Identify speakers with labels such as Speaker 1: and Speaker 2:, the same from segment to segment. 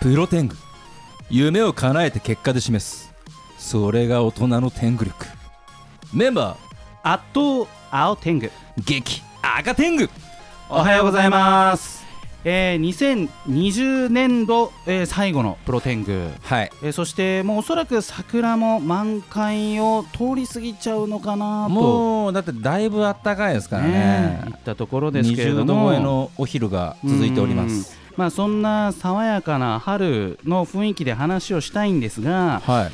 Speaker 1: プロ天狗夢を叶えて結果で示すそれが大人の天狗力メンバ
Speaker 2: 圧倒青天狗
Speaker 1: ー激赤天狗
Speaker 2: おはようございます、えー、2020年度、えー最後のプロ天狗
Speaker 1: はい
Speaker 2: えーそしてもうおそらく桜も満開を通り過ぎちゃうのかなと
Speaker 1: もうだってだいぶ暖かいですから
Speaker 2: ね
Speaker 1: ね
Speaker 2: いったところですけれ
Speaker 1: 20
Speaker 2: ど
Speaker 1: 度
Speaker 2: も
Speaker 1: 超えのお昼が続いております
Speaker 2: うんまあそんな爽やかな春の雰囲気で話をしたいんですが
Speaker 1: はい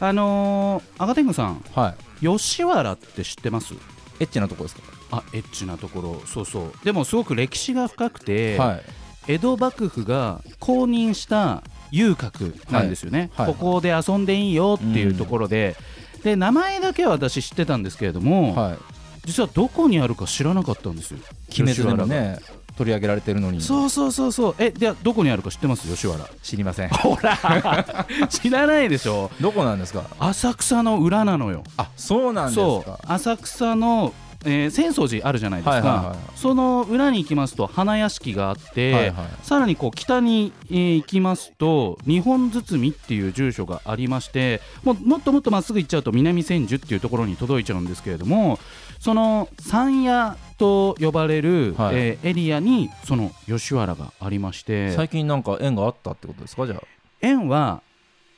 Speaker 2: あのー、赤天狗さん
Speaker 1: はい
Speaker 2: 吉原って知ってます
Speaker 1: エッチなとこですか、
Speaker 2: あエッチなところそうそうでもすごく歴史が深くて、
Speaker 1: はい
Speaker 2: 江戸幕府が公認した遊郭なんですよね、
Speaker 1: はいはい
Speaker 2: ここで遊んでいいよっていうところで、で名前だけは私知ってたんですけれども、
Speaker 1: はい
Speaker 2: 実はどこにあるか知らなかったんですよ
Speaker 1: 鬼滅でも
Speaker 2: 吉原
Speaker 1: ね取り上げられてるのに
Speaker 2: がそうそうそうそうえではどこにあるか知ってま す吉原
Speaker 1: 知りません
Speaker 2: ほら知らないでしょ
Speaker 1: どこなんですか
Speaker 2: 浅草の裏なのよ
Speaker 1: あそうなんです
Speaker 2: そ
Speaker 1: か
Speaker 2: う浅草の、えー浅草寺あるじゃないですか、
Speaker 1: はいはいはい
Speaker 2: その裏に行きますと花屋敷があって、
Speaker 1: はいはい
Speaker 2: さらにこう北に、えー行きますと日本堤っていう住所がありましてもうもっともっとまっすぐ行っちゃうと南千住っていうところに届いちゃうんですけれどもその山屋と呼ばれる、
Speaker 1: はい
Speaker 2: えーエリアにその吉原がありまして
Speaker 1: 最近なんか縁があったってことですかじゃあ
Speaker 2: 園は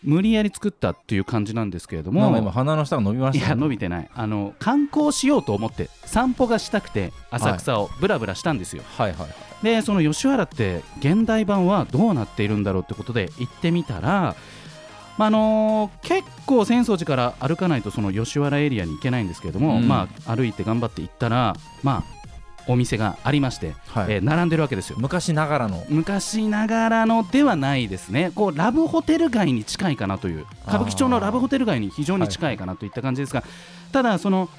Speaker 2: 無理やり作ったっていう感じなんですけれど
Speaker 1: なん
Speaker 2: も
Speaker 1: か今鼻の下が伸びま
Speaker 2: い
Speaker 1: した
Speaker 2: や
Speaker 1: ね
Speaker 2: 伸びてないあの観光しようと思って散歩がしたくて浅草をブラブラしたんですよ、
Speaker 1: はいはい
Speaker 2: でその吉原って現代版はどうなっているんだろうってことで行ってみたら、まああの結構浅草寺から歩かないとその吉原エリアに行けないんですけれども、
Speaker 1: うん
Speaker 2: まあ、歩いて頑張って行ったら、まあ、お店がありまして、
Speaker 1: はい、
Speaker 2: えー並んでるわけですよ
Speaker 1: 昔ながらの
Speaker 2: 昔ながらのではないですねこうラブホテル街に近いかなという歌舞伎町のラブホテル街に非常に近いかなといった感じですが、ただその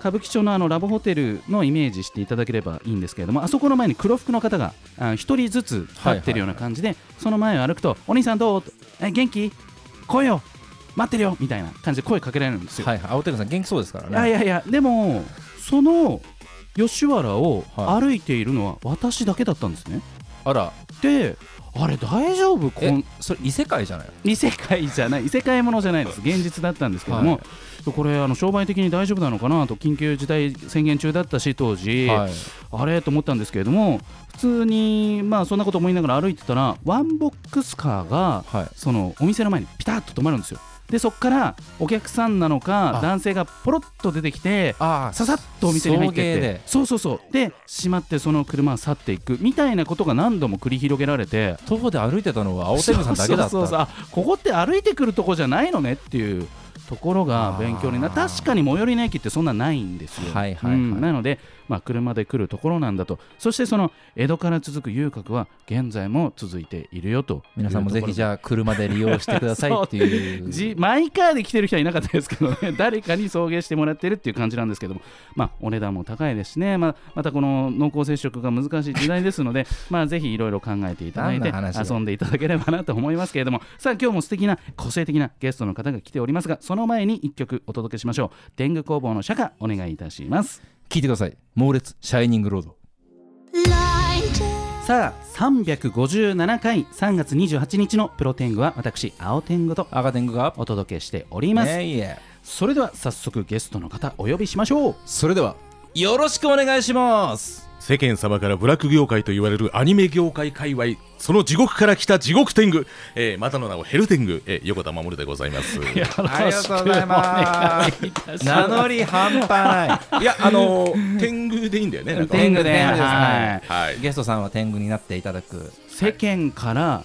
Speaker 2: 歌舞伎町のあのラブホテルのイメージしていただければいいんですけれどもあそこの前に黒服の方があ一人ずつ立ってるような感じで、その前を歩くと「お兄さんどう?と」え元気来いよ待ってるよ」みたいな感じで声かけられるんですよ。
Speaker 1: はいはい青天狗さん元気そうですから
Speaker 2: い
Speaker 1: ね
Speaker 2: やいやいやでもその吉原を
Speaker 1: は
Speaker 2: 歩いているのは私だけだったんですね。
Speaker 1: あら
Speaker 2: であれ大丈夫こ
Speaker 1: え
Speaker 2: ん
Speaker 1: それ異世界じゃない
Speaker 2: 異世界じゃない異世界ものじゃないです現実だったんですけども、
Speaker 1: は
Speaker 2: これあの商売的に大丈夫なのかなと緊急事態宣言中だったし当時、
Speaker 1: はい、
Speaker 2: あれと思ったんですけれども普通にまあそんなこと思いながら歩いてたらワンボックスカーが
Speaker 1: はい、
Speaker 2: そのお店の前にピタッと止まるんですよでそこからお客さんなのか
Speaker 1: あ
Speaker 2: 男性がポロッと出てきて
Speaker 1: ああ
Speaker 2: ささっとお店に入ってっ
Speaker 1: 送迎
Speaker 2: て
Speaker 1: で
Speaker 2: そうそうそうでしまってその車は去っていくみたいなことが何度も繰り広げられて
Speaker 1: 徒歩で歩いてたのは青天狗さんだけだった
Speaker 2: そうそうそうあここって歩いてくるとこじゃないのねっていうところが勉強にな
Speaker 1: あ
Speaker 2: る
Speaker 1: ー
Speaker 2: 確かに最寄りの駅ってそんなないんですよ、
Speaker 1: はいはいはい
Speaker 2: うんなので、まあ、車で来るところなんだとそしてその江戸から続く遊郭は現在も続いているよと
Speaker 1: 皆さんもぜひじ
Speaker 2: ゃ
Speaker 1: ゃあ車で利用してくださいって いう
Speaker 2: じマイカーで来てる人はいなかったですけど ね誰かに送迎してもらってるっていう感じなんですけども、まあ、お値段も高いですしね、まあ、またこの濃厚接触が難しい時代ですのでまあぜひいろいろ考えていただいて
Speaker 1: 何の話だ
Speaker 2: 遊んでいただければなと思いますけれどもさあ今日も素敵な個性的なゲストの方が来ておりますがその前に一曲お届けしましょう天狗工房の釈迦お願いいたします
Speaker 1: 聞いてください猛烈シャイニングロード
Speaker 2: さあ357回3月28日のプロ天狗は私青天狗と
Speaker 1: 赤天狗が
Speaker 2: お届けしております、
Speaker 1: ねえいえ
Speaker 2: それでは早速ゲストの方お呼びしましょう
Speaker 1: それではよろしくお願いします
Speaker 3: 世間様からブラック業界と言われるアニメ業界界隈その地獄から来た地獄天狗、えーまたの名をヘル天狗、えー横田守でご ざいます
Speaker 1: ありがとうございます名乗り半端ない
Speaker 3: いやあのー天狗でいいんだよねなんか
Speaker 1: 天狗
Speaker 2: で
Speaker 1: ですね
Speaker 2: はい
Speaker 3: はい
Speaker 1: ゲストさんは天狗になっていただく
Speaker 2: 世間から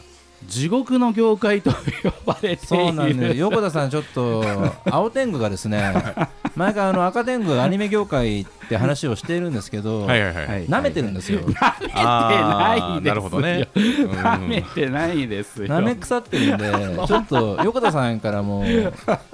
Speaker 2: 地獄の業界と呼ばれている
Speaker 1: そうなんです 横田さんちょっと青天狗がですね前からあの赤天狗がアニメ業界って話をしているんですけど
Speaker 3: はいはいはい、
Speaker 2: はい
Speaker 1: 舐めてるんですよ
Speaker 3: あ
Speaker 2: 舐めてない
Speaker 3: ー
Speaker 2: で
Speaker 3: な
Speaker 2: すよ
Speaker 3: るほど ね
Speaker 2: 舐めてないですよ
Speaker 1: 舐め腐ってるんでちょっと横田さんからも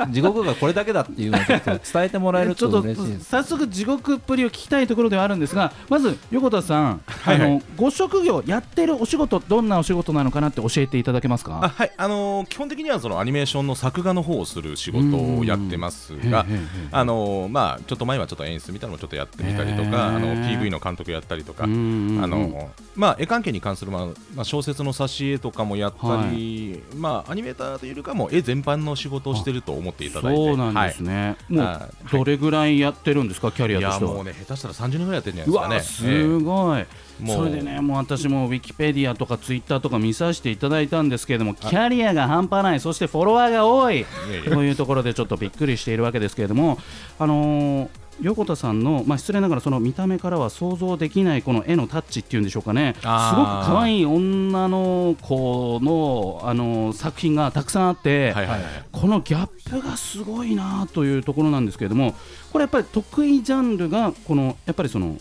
Speaker 1: 地獄がこれだけだっていうのをちょっと伝えてもらえる
Speaker 2: ちょ
Speaker 1: と
Speaker 2: っと
Speaker 1: 嬉しいです
Speaker 2: 早速地獄っぷりを聞きたいところではあるんですがまず横田さん、
Speaker 3: いはい
Speaker 2: あのご職業やってるお仕事どんなお仕事なのかなって教えていただけます
Speaker 3: あ
Speaker 2: か
Speaker 3: はいあのー基本的にはそのアニメーションの作画の方をする仕事をやってますが、あのーまあ、ちょっと前はちょっと演出みたいなのもちょっとややってみたりとか、あの
Speaker 2: へー
Speaker 3: PV の監督やったりとか、
Speaker 2: うんうんうん
Speaker 3: あのまあ、絵関係に関する、まあまあ、小説の挿絵とかもやったり、まあ、アニメーターというよりかも絵全般の仕事をしてると思っていただいて
Speaker 2: そうなんですね、
Speaker 3: はい
Speaker 2: もうどれぐらいやってるんですかキャ
Speaker 3: はい、
Speaker 2: リ
Speaker 3: い
Speaker 2: アと
Speaker 3: や
Speaker 2: しては
Speaker 3: もうね下手したら30年ぐらいやってるんじゃ
Speaker 2: う
Speaker 3: ない
Speaker 2: わ
Speaker 3: ですかね。
Speaker 2: す
Speaker 3: え
Speaker 2: ごい、
Speaker 3: もう
Speaker 2: それでねもう私もウィキペディアとかツイッターとか見させていただいたんですけれどもキャリアが半端ないそしてフォロワーが多
Speaker 3: え
Speaker 2: い
Speaker 3: いえいえ
Speaker 2: というところでちょっとびっくりしているわけですけれどもあのー横田さんの、まあ、失礼ながらその見た目からは想像できないこの絵のタッチっていうんでしょうかねすごく
Speaker 3: あー
Speaker 2: 可愛い女の子の、あのー作品がたくさんあって、
Speaker 3: はいはいはい
Speaker 2: このギャップがすごいなというところなんですけれどもこれやっぱり得意ジャンルがこのやっぱりその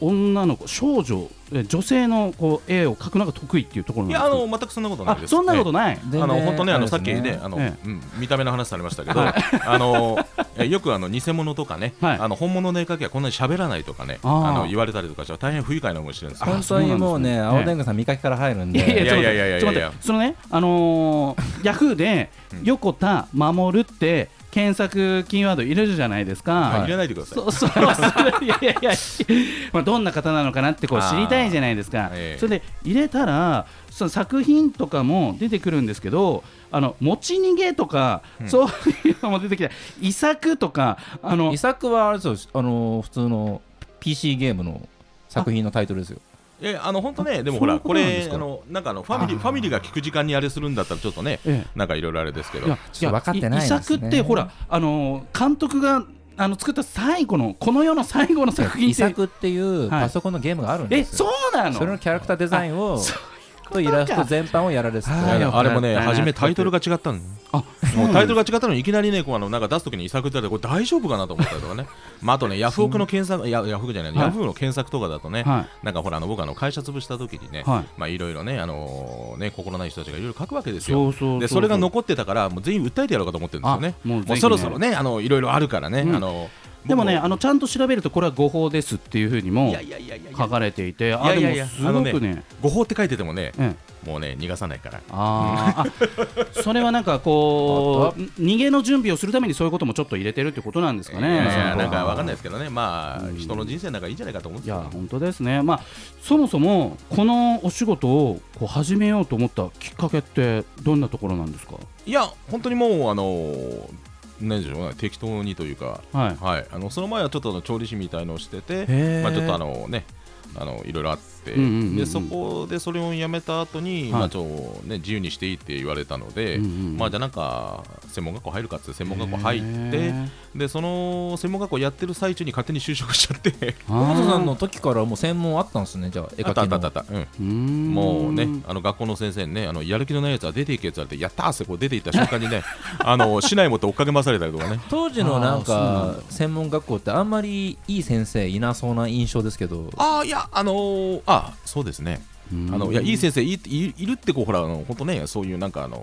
Speaker 2: 女の子少女え女性のこう絵を描くのが得意っていうところ
Speaker 3: い
Speaker 2: なん
Speaker 3: やあ
Speaker 2: です
Speaker 3: の全くそんなことない
Speaker 2: か
Speaker 3: です。
Speaker 2: そんなこと
Speaker 3: い。
Speaker 2: ない、
Speaker 3: あの本当ねあのさっき
Speaker 1: れです
Speaker 3: ねあの、
Speaker 2: え
Speaker 3: うん見た目の話されましたけど、あのえよくあの偽物とかね、
Speaker 2: はい
Speaker 3: あの本物の絵描きはこんなに喋らないとかね
Speaker 2: あー
Speaker 3: あの言われたりとかして大変不愉快な思いしてるんですよ。
Speaker 1: 本当にもうね、
Speaker 2: あそうなんですね
Speaker 1: 青天狗さん、見かけから入るん
Speaker 2: い
Speaker 3: い
Speaker 1: で、
Speaker 2: やいやちょ
Speaker 3: や
Speaker 2: っ
Speaker 3: い
Speaker 2: と
Speaker 3: やいやいや
Speaker 2: 待ってちょっと
Speaker 3: いや
Speaker 2: 待ってそのねあのーヤフーで
Speaker 3: うん
Speaker 2: 横田守って検索キーワード入れるじゃないですか、
Speaker 3: あ入れないでください。
Speaker 2: そうそうそういやいやいや、まあ、どんな方なのかなってこう
Speaker 3: あー
Speaker 2: 知りたいじゃないですか、
Speaker 3: ええ
Speaker 2: それで入れたらその作品とかも出てくるんですけどあの持ち逃げとか、
Speaker 3: うん
Speaker 2: そういうのも出てきた遺作とかあの
Speaker 1: 遺作はあれですよ、あの普通の PC ゲームの作品のタイトルですよ。
Speaker 3: えあの本当ねでも
Speaker 2: そ
Speaker 3: ほ
Speaker 2: ういう
Speaker 3: ら
Speaker 2: こと
Speaker 3: こ
Speaker 2: なんで
Speaker 3: れ
Speaker 2: すか
Speaker 3: あのなんかあのファミリー
Speaker 1: あー
Speaker 3: ファミリーが聞く時間にあれするんだったらちょっとね
Speaker 2: え
Speaker 3: なんかいろいろあれですけ
Speaker 2: え
Speaker 3: ど
Speaker 2: いや
Speaker 1: ちょっと分かってない
Speaker 2: い
Speaker 1: ですね
Speaker 2: 遺作ってほらあの監督があの作った最後のこの世の最後の作品
Speaker 1: 遺
Speaker 2: って
Speaker 1: 作っていう
Speaker 2: はい
Speaker 1: パソコンのゲームがあるん
Speaker 2: え
Speaker 1: です
Speaker 2: そ
Speaker 1: よ。
Speaker 2: うなの
Speaker 1: それのキャラクターデザインをとイラスト全般をやられてて
Speaker 2: あー
Speaker 3: いや
Speaker 2: よかった
Speaker 3: あれもね
Speaker 2: な
Speaker 3: 初めタイトルが違ったの
Speaker 2: あ
Speaker 3: もうタイトルが違ったのにいきなりねこうあのなんか出すときに遺作ってあってこれ大丈夫かなと思ったりとかねまああとねヤフオクの検索いやヤフオクじゃない
Speaker 2: はい
Speaker 3: ヤフーの検索とかだとね
Speaker 2: は
Speaker 3: なんかほらあの僕あの会社潰したときにね
Speaker 2: はい
Speaker 3: まあいろいろねあのーね心ない人たちがいろいろ書くわけです
Speaker 2: そ
Speaker 3: よ
Speaker 2: うそうそう
Speaker 3: でそれが残ってたからもう全員訴えてやろうかと思ってるんですよね
Speaker 2: あもうぜひね
Speaker 3: もうそろそろねあのいろいろあるからね
Speaker 2: うん
Speaker 3: あの
Speaker 2: でもね
Speaker 3: 僕
Speaker 2: あのちゃんと調べるとこれは誤報ですっていうふうにも
Speaker 3: いやいやいやいやいや
Speaker 2: 書かれていて、
Speaker 3: い
Speaker 2: あ
Speaker 3: や
Speaker 2: で
Speaker 3: いや
Speaker 2: も
Speaker 3: いや
Speaker 2: すご
Speaker 3: あ
Speaker 2: く
Speaker 3: の
Speaker 2: ね、
Speaker 3: 誤報って書いててもね
Speaker 2: ええ
Speaker 3: もうね逃がさないから
Speaker 2: あーあ、それはなんか こう、逃げの準備をするためにそういうこともちょっと入れてるってことなんですかね。
Speaker 3: いやいや
Speaker 2: その
Speaker 3: なんかわかんないですけどね、まあ、
Speaker 2: うん
Speaker 3: 人の人生なんかいいじゃないかと思うんで
Speaker 2: い
Speaker 3: すけ
Speaker 2: や
Speaker 3: どね
Speaker 2: 本当ですね、まあ、そもそもこのお仕事をこう始めようと思ったきっかけってどんなところなんですか、
Speaker 3: いや、本当にもう、あの何でしょうね、適当にというか、
Speaker 2: はい、
Speaker 3: はい、あのその前はちょっとあの調理師みたいのをして
Speaker 1: へー
Speaker 3: て、まあ、ちょっとあのね、あのいろいろあって、
Speaker 2: うんうんうんうん
Speaker 3: でそこでそれをやめた後に、
Speaker 2: はい
Speaker 3: まあちょっとね、自由にしていいって言われたので、
Speaker 2: うんうんうん
Speaker 3: まあ、じゃあなんか専門学校入るかっつって専門学校入って
Speaker 2: へ
Speaker 3: でその専門学校やってる最中に勝手に就職しちゃって
Speaker 2: ー
Speaker 1: 小本さんの時からもう専門あったんですね、じゃあ、絵
Speaker 3: あ
Speaker 1: 描
Speaker 3: ったあ
Speaker 1: き
Speaker 3: ったあったあ
Speaker 1: の。
Speaker 3: った、うん、
Speaker 2: うーん
Speaker 3: もうね、あの学校の先生にね、あのやる気のないやつは出ていけやつだって、やったーってこう出ていった瞬間にね、 あの市内持って追っかけ回されたりとかね。
Speaker 1: 当時のなん
Speaker 2: あーそう
Speaker 1: か専門学校ってあんまりいい先生いなそうな印象ですけど
Speaker 3: ああ、いや、あのー、あそうですね、
Speaker 2: うーん
Speaker 3: あのいや、いい先生いいいるってこう、ほら、あの本当ね、そういうなんか、あのー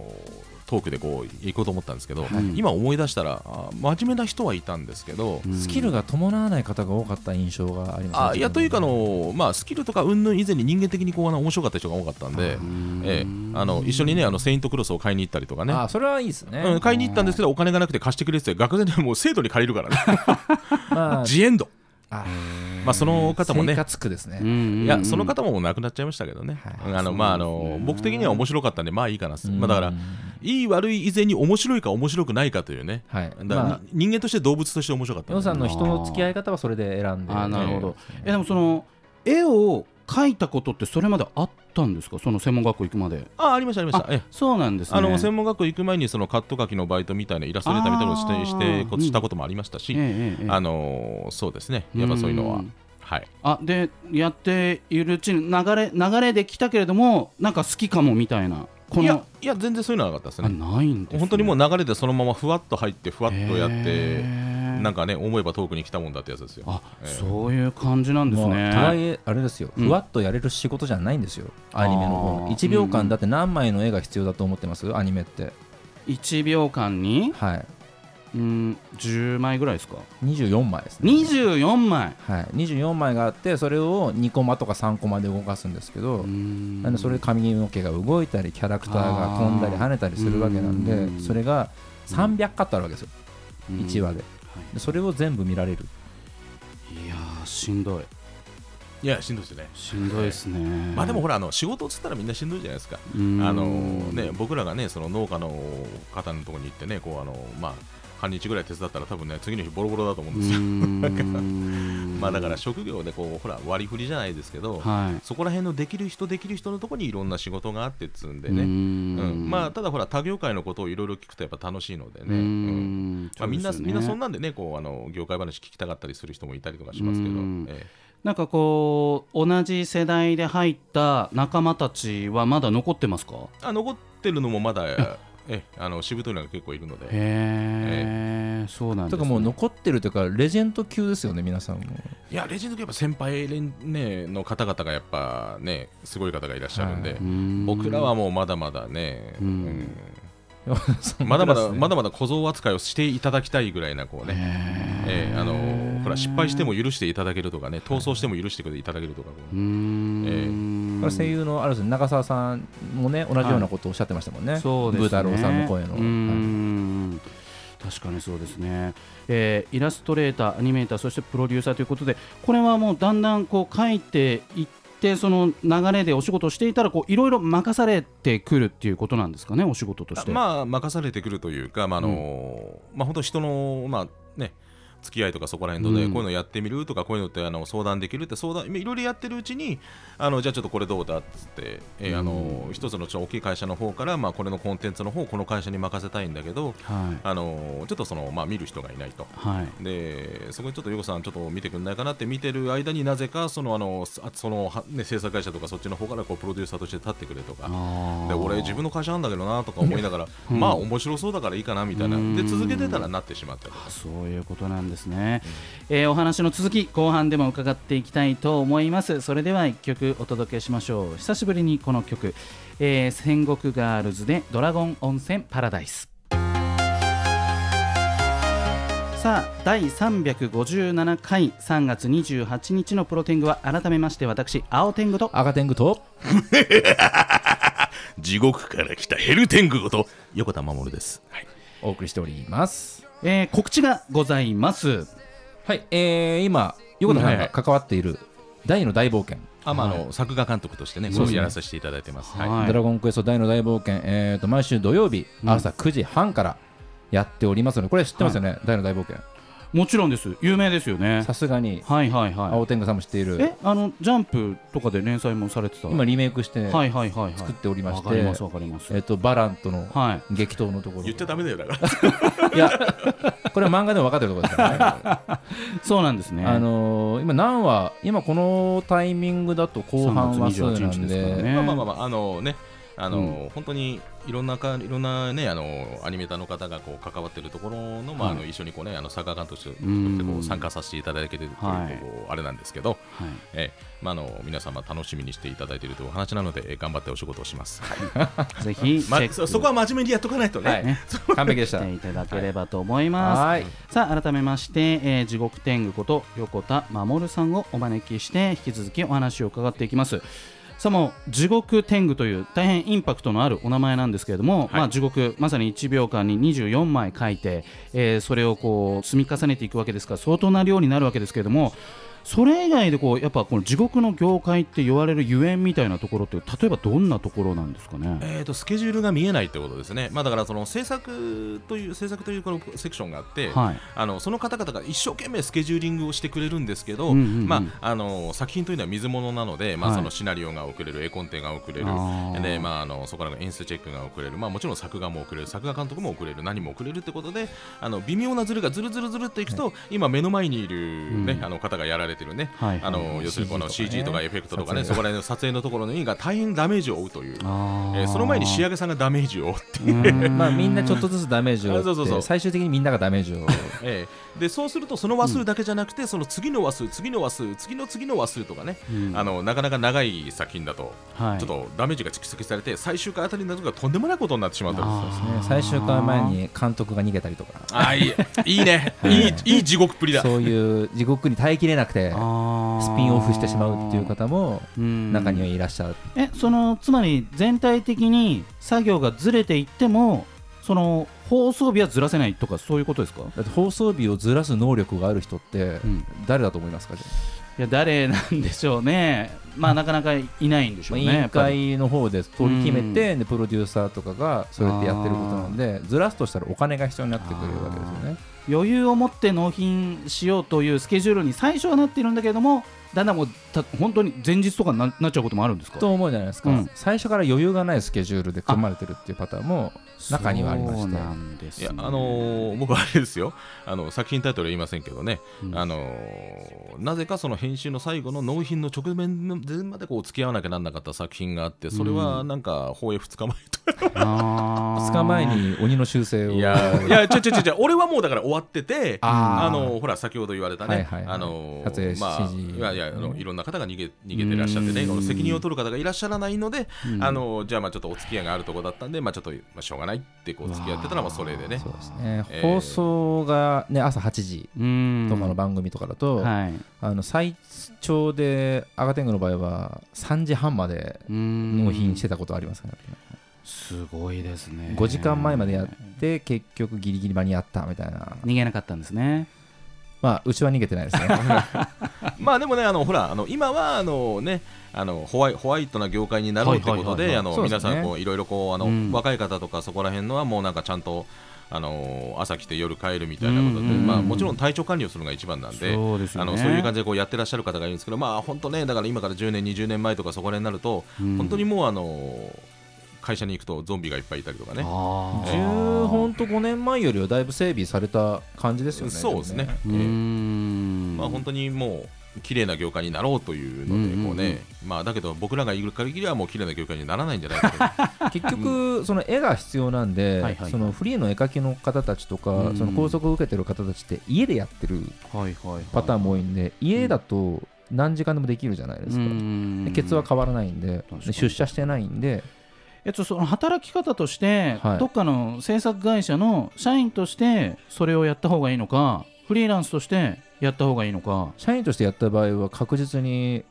Speaker 3: トークでこう行こうと思ったんですけど、
Speaker 2: い
Speaker 3: 今思い出したら、あー真面目な人はいたんですけど、
Speaker 2: うん
Speaker 1: スキルが伴わない方が多かった印象があります
Speaker 3: あーいやというかあのー、まあ、スキルとか云々以前に人間的にこうあの面白かった人が多かったんで、
Speaker 2: ん
Speaker 3: ええ、あの一緒にね、あのセイントクロスを買いに行ったりとかね、
Speaker 1: あそれはいいですね、
Speaker 3: うん、買いに行ったんですけど、お金がなくて貸してくれって言って、学生でもう生徒に借りるから ね、
Speaker 1: まあ
Speaker 3: ジエンド、
Speaker 1: あ
Speaker 3: まあ、その方も
Speaker 1: 生
Speaker 3: ね、
Speaker 1: 活苦です
Speaker 2: うん
Speaker 1: ね、
Speaker 2: うんうん
Speaker 3: いや、その方ももう亡くなっちゃいましたけどね、
Speaker 1: はい
Speaker 3: うんあのまああ
Speaker 2: そうで
Speaker 3: の
Speaker 2: すね
Speaker 3: 僕的には面白かったんで、まあいいかな、まあ、だから
Speaker 1: うん、
Speaker 3: いい悪い以前に面白いか面白くないかというね、
Speaker 1: はい
Speaker 3: だから
Speaker 1: まあ
Speaker 3: 人間として動物として面白かったんで
Speaker 1: ヨウさんの人の付き合い方はそれで選んで
Speaker 2: あーなるほど、
Speaker 1: え
Speaker 2: えでもその絵を描いたことってそれまであったんですかその専門学校行くまで
Speaker 3: あありました、ありました。ええ
Speaker 2: そうなんですね
Speaker 3: あの専門学校行く前にそのカット書きのバイトみたいなイラストレーターみたいなのをして
Speaker 2: あー
Speaker 3: してこ
Speaker 2: うん
Speaker 3: したこともありましたし、
Speaker 2: ええええ
Speaker 3: あのーそうですねやっぱそういうのは
Speaker 2: ん
Speaker 3: はい
Speaker 2: あでやっているうちに流れ流れで来たけれどもなんか好きかもみたいなこ
Speaker 3: い
Speaker 2: の
Speaker 3: やいや全然そういうのはなかったです
Speaker 2: あ
Speaker 3: ね
Speaker 2: ないんです、ね、
Speaker 3: 本当にもう
Speaker 2: う
Speaker 3: 流れでそのままふわっと入ってふわっとやってなん
Speaker 2: か
Speaker 3: かね思えば遠くに来たもんだってやつですよ
Speaker 2: あ、
Speaker 3: ええ
Speaker 2: そういう感じなんです
Speaker 1: もうとはい
Speaker 2: ね
Speaker 1: えあれですよ、
Speaker 2: うん
Speaker 1: ふわっとやれる仕事じゃないんですよアニメの方
Speaker 2: あー
Speaker 1: 1秒間だって何枚の絵が必要だと思ってますアニメって
Speaker 2: 1秒間に
Speaker 1: はい
Speaker 2: うん10枚ぐらいですか
Speaker 1: 24枚ですね
Speaker 2: 24枚
Speaker 1: はい、24枚があってそれを2コマとか3コマで動かすんですけど、
Speaker 2: うん
Speaker 1: なんでそれ髪の毛が動いたりキャラクターが飛んだり跳ねたりするわけなん
Speaker 2: あ
Speaker 1: で
Speaker 2: ー
Speaker 1: それが300カットあるわけですよ、
Speaker 2: うん
Speaker 1: 1話で
Speaker 2: はい
Speaker 1: でそれを全部見られる
Speaker 2: いやーしんどい
Speaker 3: いやしんどいですね
Speaker 2: しんどいですね、
Speaker 3: まあでもほらあの仕事っつったらみんなしんどいじゃないですか
Speaker 2: うーん
Speaker 3: あのね、僕らがねその農家の方のところに行ってねこうあの、まあ、半日ぐらい手伝ったら多分ね次の日ボロボロだと思う
Speaker 2: うん
Speaker 3: ですよ、
Speaker 2: ーん
Speaker 3: まあ、だから職業でこうほら割り振りじゃないですけど、
Speaker 2: はい
Speaker 3: そこら辺のできる人できる人のところにいろんな仕事があってっつうんで
Speaker 2: うー
Speaker 3: ね、うん
Speaker 2: ん
Speaker 3: まあ、ただほら他業界のことをいろいろ聞くとやっぱ楽しいのでね。
Speaker 2: うー
Speaker 3: うん
Speaker 2: ん
Speaker 3: まあ、みんな、
Speaker 2: そうですよね
Speaker 3: みんなそんなんでね、こうあの業界話聞きたかったりする人もいたりとかしますけど、
Speaker 2: うん
Speaker 3: え
Speaker 2: なんかこう同じ世代で入った仲間たちはまだ残ってますか
Speaker 3: えあ残ってるのもまだ、 ええあのしぶといのが結構いるので、
Speaker 2: へえ、そうなんです、
Speaker 1: と
Speaker 2: ね、
Speaker 1: かもう残ってるというかレジェンド級ですよね皆さん も
Speaker 3: いや、レジェンドやっぱ先輩連、ね、の方々がやっぱね、すごい方がいらっしゃるんで、
Speaker 1: はい
Speaker 3: 僕らはもうまだまだね、
Speaker 2: うん
Speaker 3: うんまだまだ、まだまだ小僧扱いをしていただきたいぐらいな、こうね、
Speaker 2: ね
Speaker 3: ええあのほら失敗しても許していただけるとかね、逃走しても許していただけるとか、こ
Speaker 2: う
Speaker 3: う
Speaker 2: ーん、
Speaker 1: だから声優のあれですね中澤さんもね同じようなことをおっしゃってましたもんね、
Speaker 2: そうですね
Speaker 1: ブー太郎さんの声の、
Speaker 2: う
Speaker 1: はい
Speaker 2: ーん確かにそうですね、えーイラストレーターアニメーターそしてプロデューサーということでこれはもうだんだんこう書いていってその流れでお仕事をしていたらこういろいろ任されてくるっていうことなんですかねお仕事として、
Speaker 3: まあ、任されてくるというか、まああのまあ、本当、人の、まあね、付き合いとかそこら辺とね、
Speaker 2: うん
Speaker 3: こういうのやってみるとか、こういうのってあの相談できるって相談、いろいろやってるうちに、あのじゃあちょっとこれどうだっつって、えーあの一つのちょっと大きい会社の方から、まあ、これのコンテンツの方をこの会社に任せたいんだけど、
Speaker 2: はい
Speaker 3: あのちょっとその、まあ、見る人がいないと。
Speaker 2: はい
Speaker 3: でそこにちょっとヨコさん、ちょっと見てくんないかなって見てる間になぜかそのあのあその、はね、制作会社とかそっちの方からこうプロデューサーとして立ってくれとか、で
Speaker 2: で
Speaker 3: 俺自分の会社なんだけどなとか思いながら、
Speaker 2: うん
Speaker 3: まあ面白そうだからいいかなみたいな
Speaker 2: うん
Speaker 3: で続けてたらなってしまったりとか
Speaker 2: あそういうことなんですね、えーお話の続き後半でも伺っていきたいと思いますそれでは1曲お届けしましょう久しぶりにこの曲、えー戦国ガールズでドラゴン温泉パラダイスさあ第357回3月28日のプロテングは改めまして私青天狗と
Speaker 1: 赤天狗と
Speaker 3: 地獄から来たヘルテングこと横田守です、はい、
Speaker 1: お送りしております
Speaker 2: えー告知がございます
Speaker 1: はい、えー、今横田さん
Speaker 3: はいは
Speaker 1: が
Speaker 3: い
Speaker 1: 関わっている大の大冒険、
Speaker 3: あまああの、
Speaker 2: は
Speaker 3: 作画監督としてね
Speaker 1: そうですね
Speaker 3: こうやらさせていただいてます、はい
Speaker 2: はい
Speaker 1: ドラゴンクエスト大の大冒険、えー、と毎週土曜日
Speaker 2: うん
Speaker 1: 朝9時半からやっておりますのでこれ知ってますよね、大の大冒険
Speaker 2: もちろんです有名ですよね
Speaker 1: さすがに
Speaker 2: はいはいはい
Speaker 1: 青天狗さんも知っている
Speaker 2: えあのジャンプとかで連載もされてた
Speaker 1: 今リメイクして
Speaker 2: はいはいはいはい
Speaker 1: 作っておりまして、
Speaker 2: わかりますわかります
Speaker 1: えー、とバランとの
Speaker 2: はい
Speaker 1: 激闘のところ
Speaker 3: 言っちゃダメだよだから
Speaker 1: いやこれは漫画でも分かってるところですからね
Speaker 2: そうなんですね
Speaker 1: あのー今何話今このタイミングだと後半話数な
Speaker 2: 3月28
Speaker 1: ん
Speaker 2: 日
Speaker 1: で
Speaker 2: ですからね
Speaker 3: まあまあまあまああのねあの、本当にいろんなかいろんなねあのアニメーターの方がこう関わってるところの、まああの一緒にこうねあの作画監督としてこ
Speaker 2: うん
Speaker 3: う参加させていただけてるという
Speaker 2: はい
Speaker 3: こうあれなんですけど、
Speaker 2: はい
Speaker 3: えーまあ、あの皆様楽しみにしていただいているというお話なので、えー頑張ってお仕事をします。
Speaker 2: ぜひチェ
Speaker 3: ま
Speaker 2: ック
Speaker 3: そそこは真面目にやっとかないとね。
Speaker 1: はい
Speaker 2: ね
Speaker 1: 完璧でし
Speaker 2: したていただければと思います、
Speaker 1: はい
Speaker 2: さあ改めまして、えー地獄天狗こと横田守さんをお招きして引き続きお話を伺っていきますさあもう地獄天狗という大変インパクトのあるお名前なんですけれども、まあ、地獄まさに1秒間に24枚書いて、えーそれをこう積み重ねていくわけですから相当な量になるわけですけれどもそれ以外でこうやっぱこの地獄の業界って言われるゆえんみたいなところって例えばどんなところなんですかね。
Speaker 3: えー、とスケジュールが見えないってことですね、まあ、だからその制作という制作というこのセクションがあって、
Speaker 2: はい
Speaker 3: あのその方々が一生懸命スケジューリングをしてくれるんですけど、
Speaker 2: うんうんうん
Speaker 3: まあ、あの作品というのは水物なので、まあ、
Speaker 2: はい
Speaker 3: そのシナリオが送れる、絵コンテが送れる
Speaker 2: あー
Speaker 3: で、まあ、あのそこから演出チェックが送れる、まあ、もちろん作画も送れる作画監督も送れる何も送れるってことであの微妙なズルがズルズルズルっていくと、今目の前にいる、ね
Speaker 2: うん
Speaker 3: あの方がやられてるね、
Speaker 2: はいはい
Speaker 3: あの要するにこの
Speaker 1: CG
Speaker 3: CG と
Speaker 1: とか
Speaker 3: か
Speaker 1: ね
Speaker 3: エフェクトとかね
Speaker 1: 撮
Speaker 3: そこ
Speaker 1: 影
Speaker 3: ら辺の撮影のところのが大変ダメージを負うという。
Speaker 2: あー
Speaker 3: えーその前に仕上げさんがダメージを負って
Speaker 2: うーん
Speaker 1: まあみんなちょっとずつダメージを負
Speaker 3: あ
Speaker 1: って
Speaker 3: そうそうそう
Speaker 1: 最終的にみんながダメージを
Speaker 3: ええ、でそうするとその話数だけじゃなくて、その次の話数、次の話数、次の次の話数とかね、
Speaker 2: うん
Speaker 3: あのなかなか長い作品だと、
Speaker 2: はい
Speaker 3: ちょっとダメージが蓄積されて最終回あたりになるととんでもないことになってしまうと
Speaker 2: あー
Speaker 1: そうですね最終回前に監督が逃げたりとか
Speaker 3: ああいいいいねいいいい地獄っぷりだ
Speaker 1: そういう地獄に耐えきれなくて
Speaker 2: あー
Speaker 1: スピンオフしてしまうっていう方も
Speaker 2: うん
Speaker 1: 中にはいらっしゃる
Speaker 2: えそのつまり全体的に作業がずれていってもその放送日はずらせないとかそういうことですか
Speaker 1: だって放送日をずらす能力がある人って
Speaker 2: うん
Speaker 1: 誰だと思いますか、じゃあ
Speaker 2: いや誰なんでしょうねまあなかなかいないんでしょ
Speaker 1: ま
Speaker 2: う
Speaker 1: あ
Speaker 2: ね
Speaker 1: 委
Speaker 2: や
Speaker 1: 員
Speaker 2: っぱり
Speaker 1: 会の方で取り決めて、でプロデューサーとかがそうやってやってることなんでずらすとしたらお金が必要になってくるわけですよね。
Speaker 2: 余裕を持って納品しようというスケジュールに最初はなっているんだけれどもだんだんもうた本当に前日とかにななっちゃうこともあるんですか
Speaker 1: と思うじゃないですか、
Speaker 2: うん
Speaker 1: 最初から余裕がないスケジュールで組まれてるっていうパターンも中にはありまして
Speaker 2: そうなんです
Speaker 3: い
Speaker 2: ね、
Speaker 3: やあのー僕はあれですよあの作品タイトルは言いませんけどね、あのーなぜかその編集の最後の納品の直前までこう付き合わなきゃなんなかった作品があってそれはなんか放映2日前とか、
Speaker 2: あー
Speaker 1: 2日前に鬼の修正を
Speaker 3: いやいやちょちょちょちょ俺はもうだから終わってて
Speaker 1: あー
Speaker 3: あのーほら先ほど言われたね、
Speaker 1: はいはいはい
Speaker 3: あのー
Speaker 1: 撮影
Speaker 3: まあ
Speaker 1: CG
Speaker 3: いやいやあの
Speaker 1: ね
Speaker 3: いろんな方が逃げ逃げてらっしゃってね
Speaker 2: うん
Speaker 3: 責任を取る方がいらっしゃらないので、
Speaker 2: うん
Speaker 3: あのーじゃあまあちょっとお付き合いがあるとこだったんでまあちょっとまあしょうがないってこう付き合ってたらまあそれでね
Speaker 1: そうですね、
Speaker 3: えー
Speaker 1: 放送が、ね、朝8時
Speaker 2: うん
Speaker 1: とかの番組とかだと、
Speaker 2: はい
Speaker 1: あの最長で赤天狗の場合は3時半まで納
Speaker 2: 納
Speaker 1: 品してたことありますから、ね
Speaker 2: すごいですね
Speaker 1: 5時間前までやって結局ギリギリ間に合ったみたいな
Speaker 2: 逃げなかったんですね
Speaker 1: まあうちは逃げてないです ね
Speaker 3: まあでもねあのほらあの今はあのねあのホワイホワイトな業界になろうってこと
Speaker 2: はいはいはいはい
Speaker 3: であの
Speaker 1: そうですね
Speaker 3: 皆さんこういろいろこうあの、
Speaker 2: うん
Speaker 3: 若い方とかそこら辺のはもうなんかちゃんとあの朝来て夜帰るみたいなことで、
Speaker 2: うんうんうん
Speaker 3: まあもちろん体調管理をするのが一番なんで。
Speaker 2: そうですよ
Speaker 3: あ
Speaker 2: ね
Speaker 3: のそういう感じでこうやってらっしゃる方がいるんですけど、まあ、本当ね、だから今から10年、20年前とかそこら辺になると、
Speaker 2: うん
Speaker 3: 本当にもうあの会社に行くとゾンビがいっぱいいたりとかね、
Speaker 2: あー
Speaker 1: 10本と5年前よりはだいぶ整備された感じですよね
Speaker 3: そうですね、
Speaker 2: う
Speaker 3: ええ
Speaker 2: ん
Speaker 3: まあ、本当にもう綺麗な業界になろうというので、
Speaker 2: うんうんうん
Speaker 3: こうね、まあ、だけど僕らがいる限りはもう綺麗な業界にならないんじゃないかと
Speaker 1: 結局その絵が必要なんで、
Speaker 2: はいはい
Speaker 1: そのフリーの絵描きの方たちとか、
Speaker 2: うん
Speaker 1: その拘束を受けてる方たちって家でやってる
Speaker 2: はいはいはい
Speaker 1: パターンも多いんで、家だと何時間でもできるじゃないですか、
Speaker 2: うん
Speaker 1: でケツは変わらないんで
Speaker 2: 確かに
Speaker 1: 出社してないんで
Speaker 2: えっと、その働き方として、
Speaker 1: はい
Speaker 2: どっかの制作会社の社員としてそれをやった方がいいのかフリーランスとしてやった方がいいのか
Speaker 1: 社員としてやった場合は確実に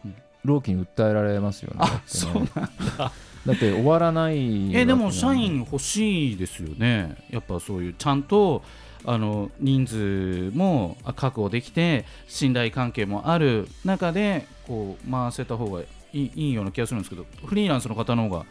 Speaker 1: 労基に訴えられますよね、だってねだって終わらない
Speaker 2: えで
Speaker 1: わ
Speaker 2: も
Speaker 1: け
Speaker 2: 社
Speaker 1: なんで
Speaker 2: 員欲しいですよねやっぱそういうちゃんとあの人数もあ確保できて信頼関係もある中でこう回せた方がいいいいような気がするんですけどフリーランスの方の方が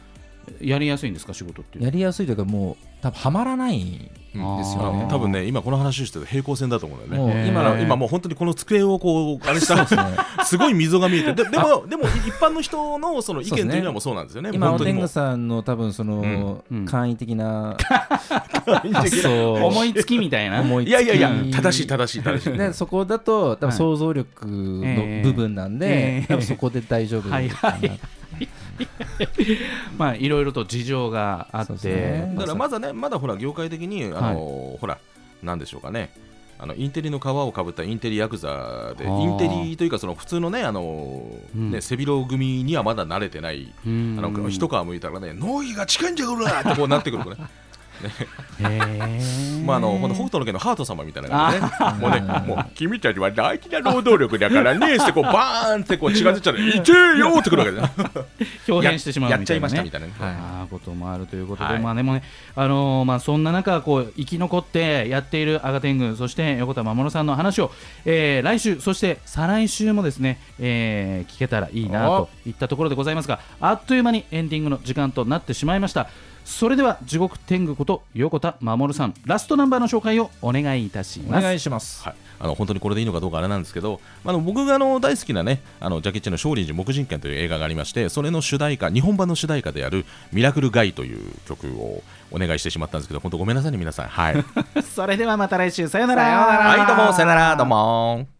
Speaker 2: やりやすいんですか仕事っていうの
Speaker 1: やりやすいというかもう多分はまらないんですよ
Speaker 2: あ
Speaker 1: ね
Speaker 2: ー
Speaker 3: 多分ね、今この話をしてる平行線だと思うんだよね。
Speaker 1: もう
Speaker 2: へー
Speaker 3: 今
Speaker 1: 今
Speaker 3: の今もう本当にこの机をこうあれし
Speaker 1: そう
Speaker 3: た
Speaker 1: ですね
Speaker 3: すごい溝が見えてででもでも一般の人のその意見というのはもうそうなんですよね。
Speaker 1: 今
Speaker 3: 本
Speaker 1: お
Speaker 3: 当に
Speaker 1: 天
Speaker 3: も
Speaker 1: 狗
Speaker 3: う
Speaker 1: さんの多分その、
Speaker 2: うんうん
Speaker 1: 簡易的な
Speaker 3: 的
Speaker 1: 発想
Speaker 2: 思いつきみたいな。
Speaker 1: 思いつき
Speaker 3: いやいやいや正しい正しい正 しい。
Speaker 1: でそこだと多分想像力の部分なん
Speaker 2: はいえ
Speaker 1: で
Speaker 2: え、
Speaker 1: 多分そこで大丈夫
Speaker 2: はいはいまあいろいろと事情があっ
Speaker 1: そ
Speaker 2: て、
Speaker 1: うですね
Speaker 3: だからまだねまだほら業界的にあの、ほらなんでしょうかねあのインテリの皮をかぶったインテリヤクザでイ
Speaker 2: あー
Speaker 3: ンテリというかその普通のねあの、
Speaker 2: うん
Speaker 3: ね背広組にはまだ慣れてない、
Speaker 2: うん
Speaker 3: あの一皮むいたらね納期が近いんじゃこらってこうなってくる とね
Speaker 2: へー
Speaker 3: まああのほんと北斗の拳のハート様みたいな感じでねもうねもう君たちは大事な労働力だからねってこうバーンってこう血が出 ちゃっていてよってくるわけだよね
Speaker 2: 表現してしまうみ
Speaker 3: や
Speaker 2: たいな、ね、
Speaker 3: っちゃいましたみたいなね、
Speaker 1: はい
Speaker 2: あーこともあるということで、
Speaker 3: はい
Speaker 2: まあでもね、あのーまあそんな中こう生き残ってやっている赤天狗、そして横田真守さんの話を、えー来週そして再来週もですね、えー聞けたらいいなといったところでございますが、あっという間にエンディングの時間となってしまいました。それでは地獄天狗こと横田守さん、ラストナンバーの紹介をお願いいたし
Speaker 1: お
Speaker 2: ます。
Speaker 1: 願いします
Speaker 3: はい、あの本当にこれでいいのかどうかあれなんですけど、まあ、あの僕があの大好きなねあのジャケッチェンの「少林寺黙人剣」という映画がありましてそれの主題歌日本版の主題歌である「ミラクルガイ」という曲をお願いしてしまったんですけど本当ごめんなさいね皆さんはい、はい、
Speaker 2: それではまた来週さよなら
Speaker 3: どうもさよならどうも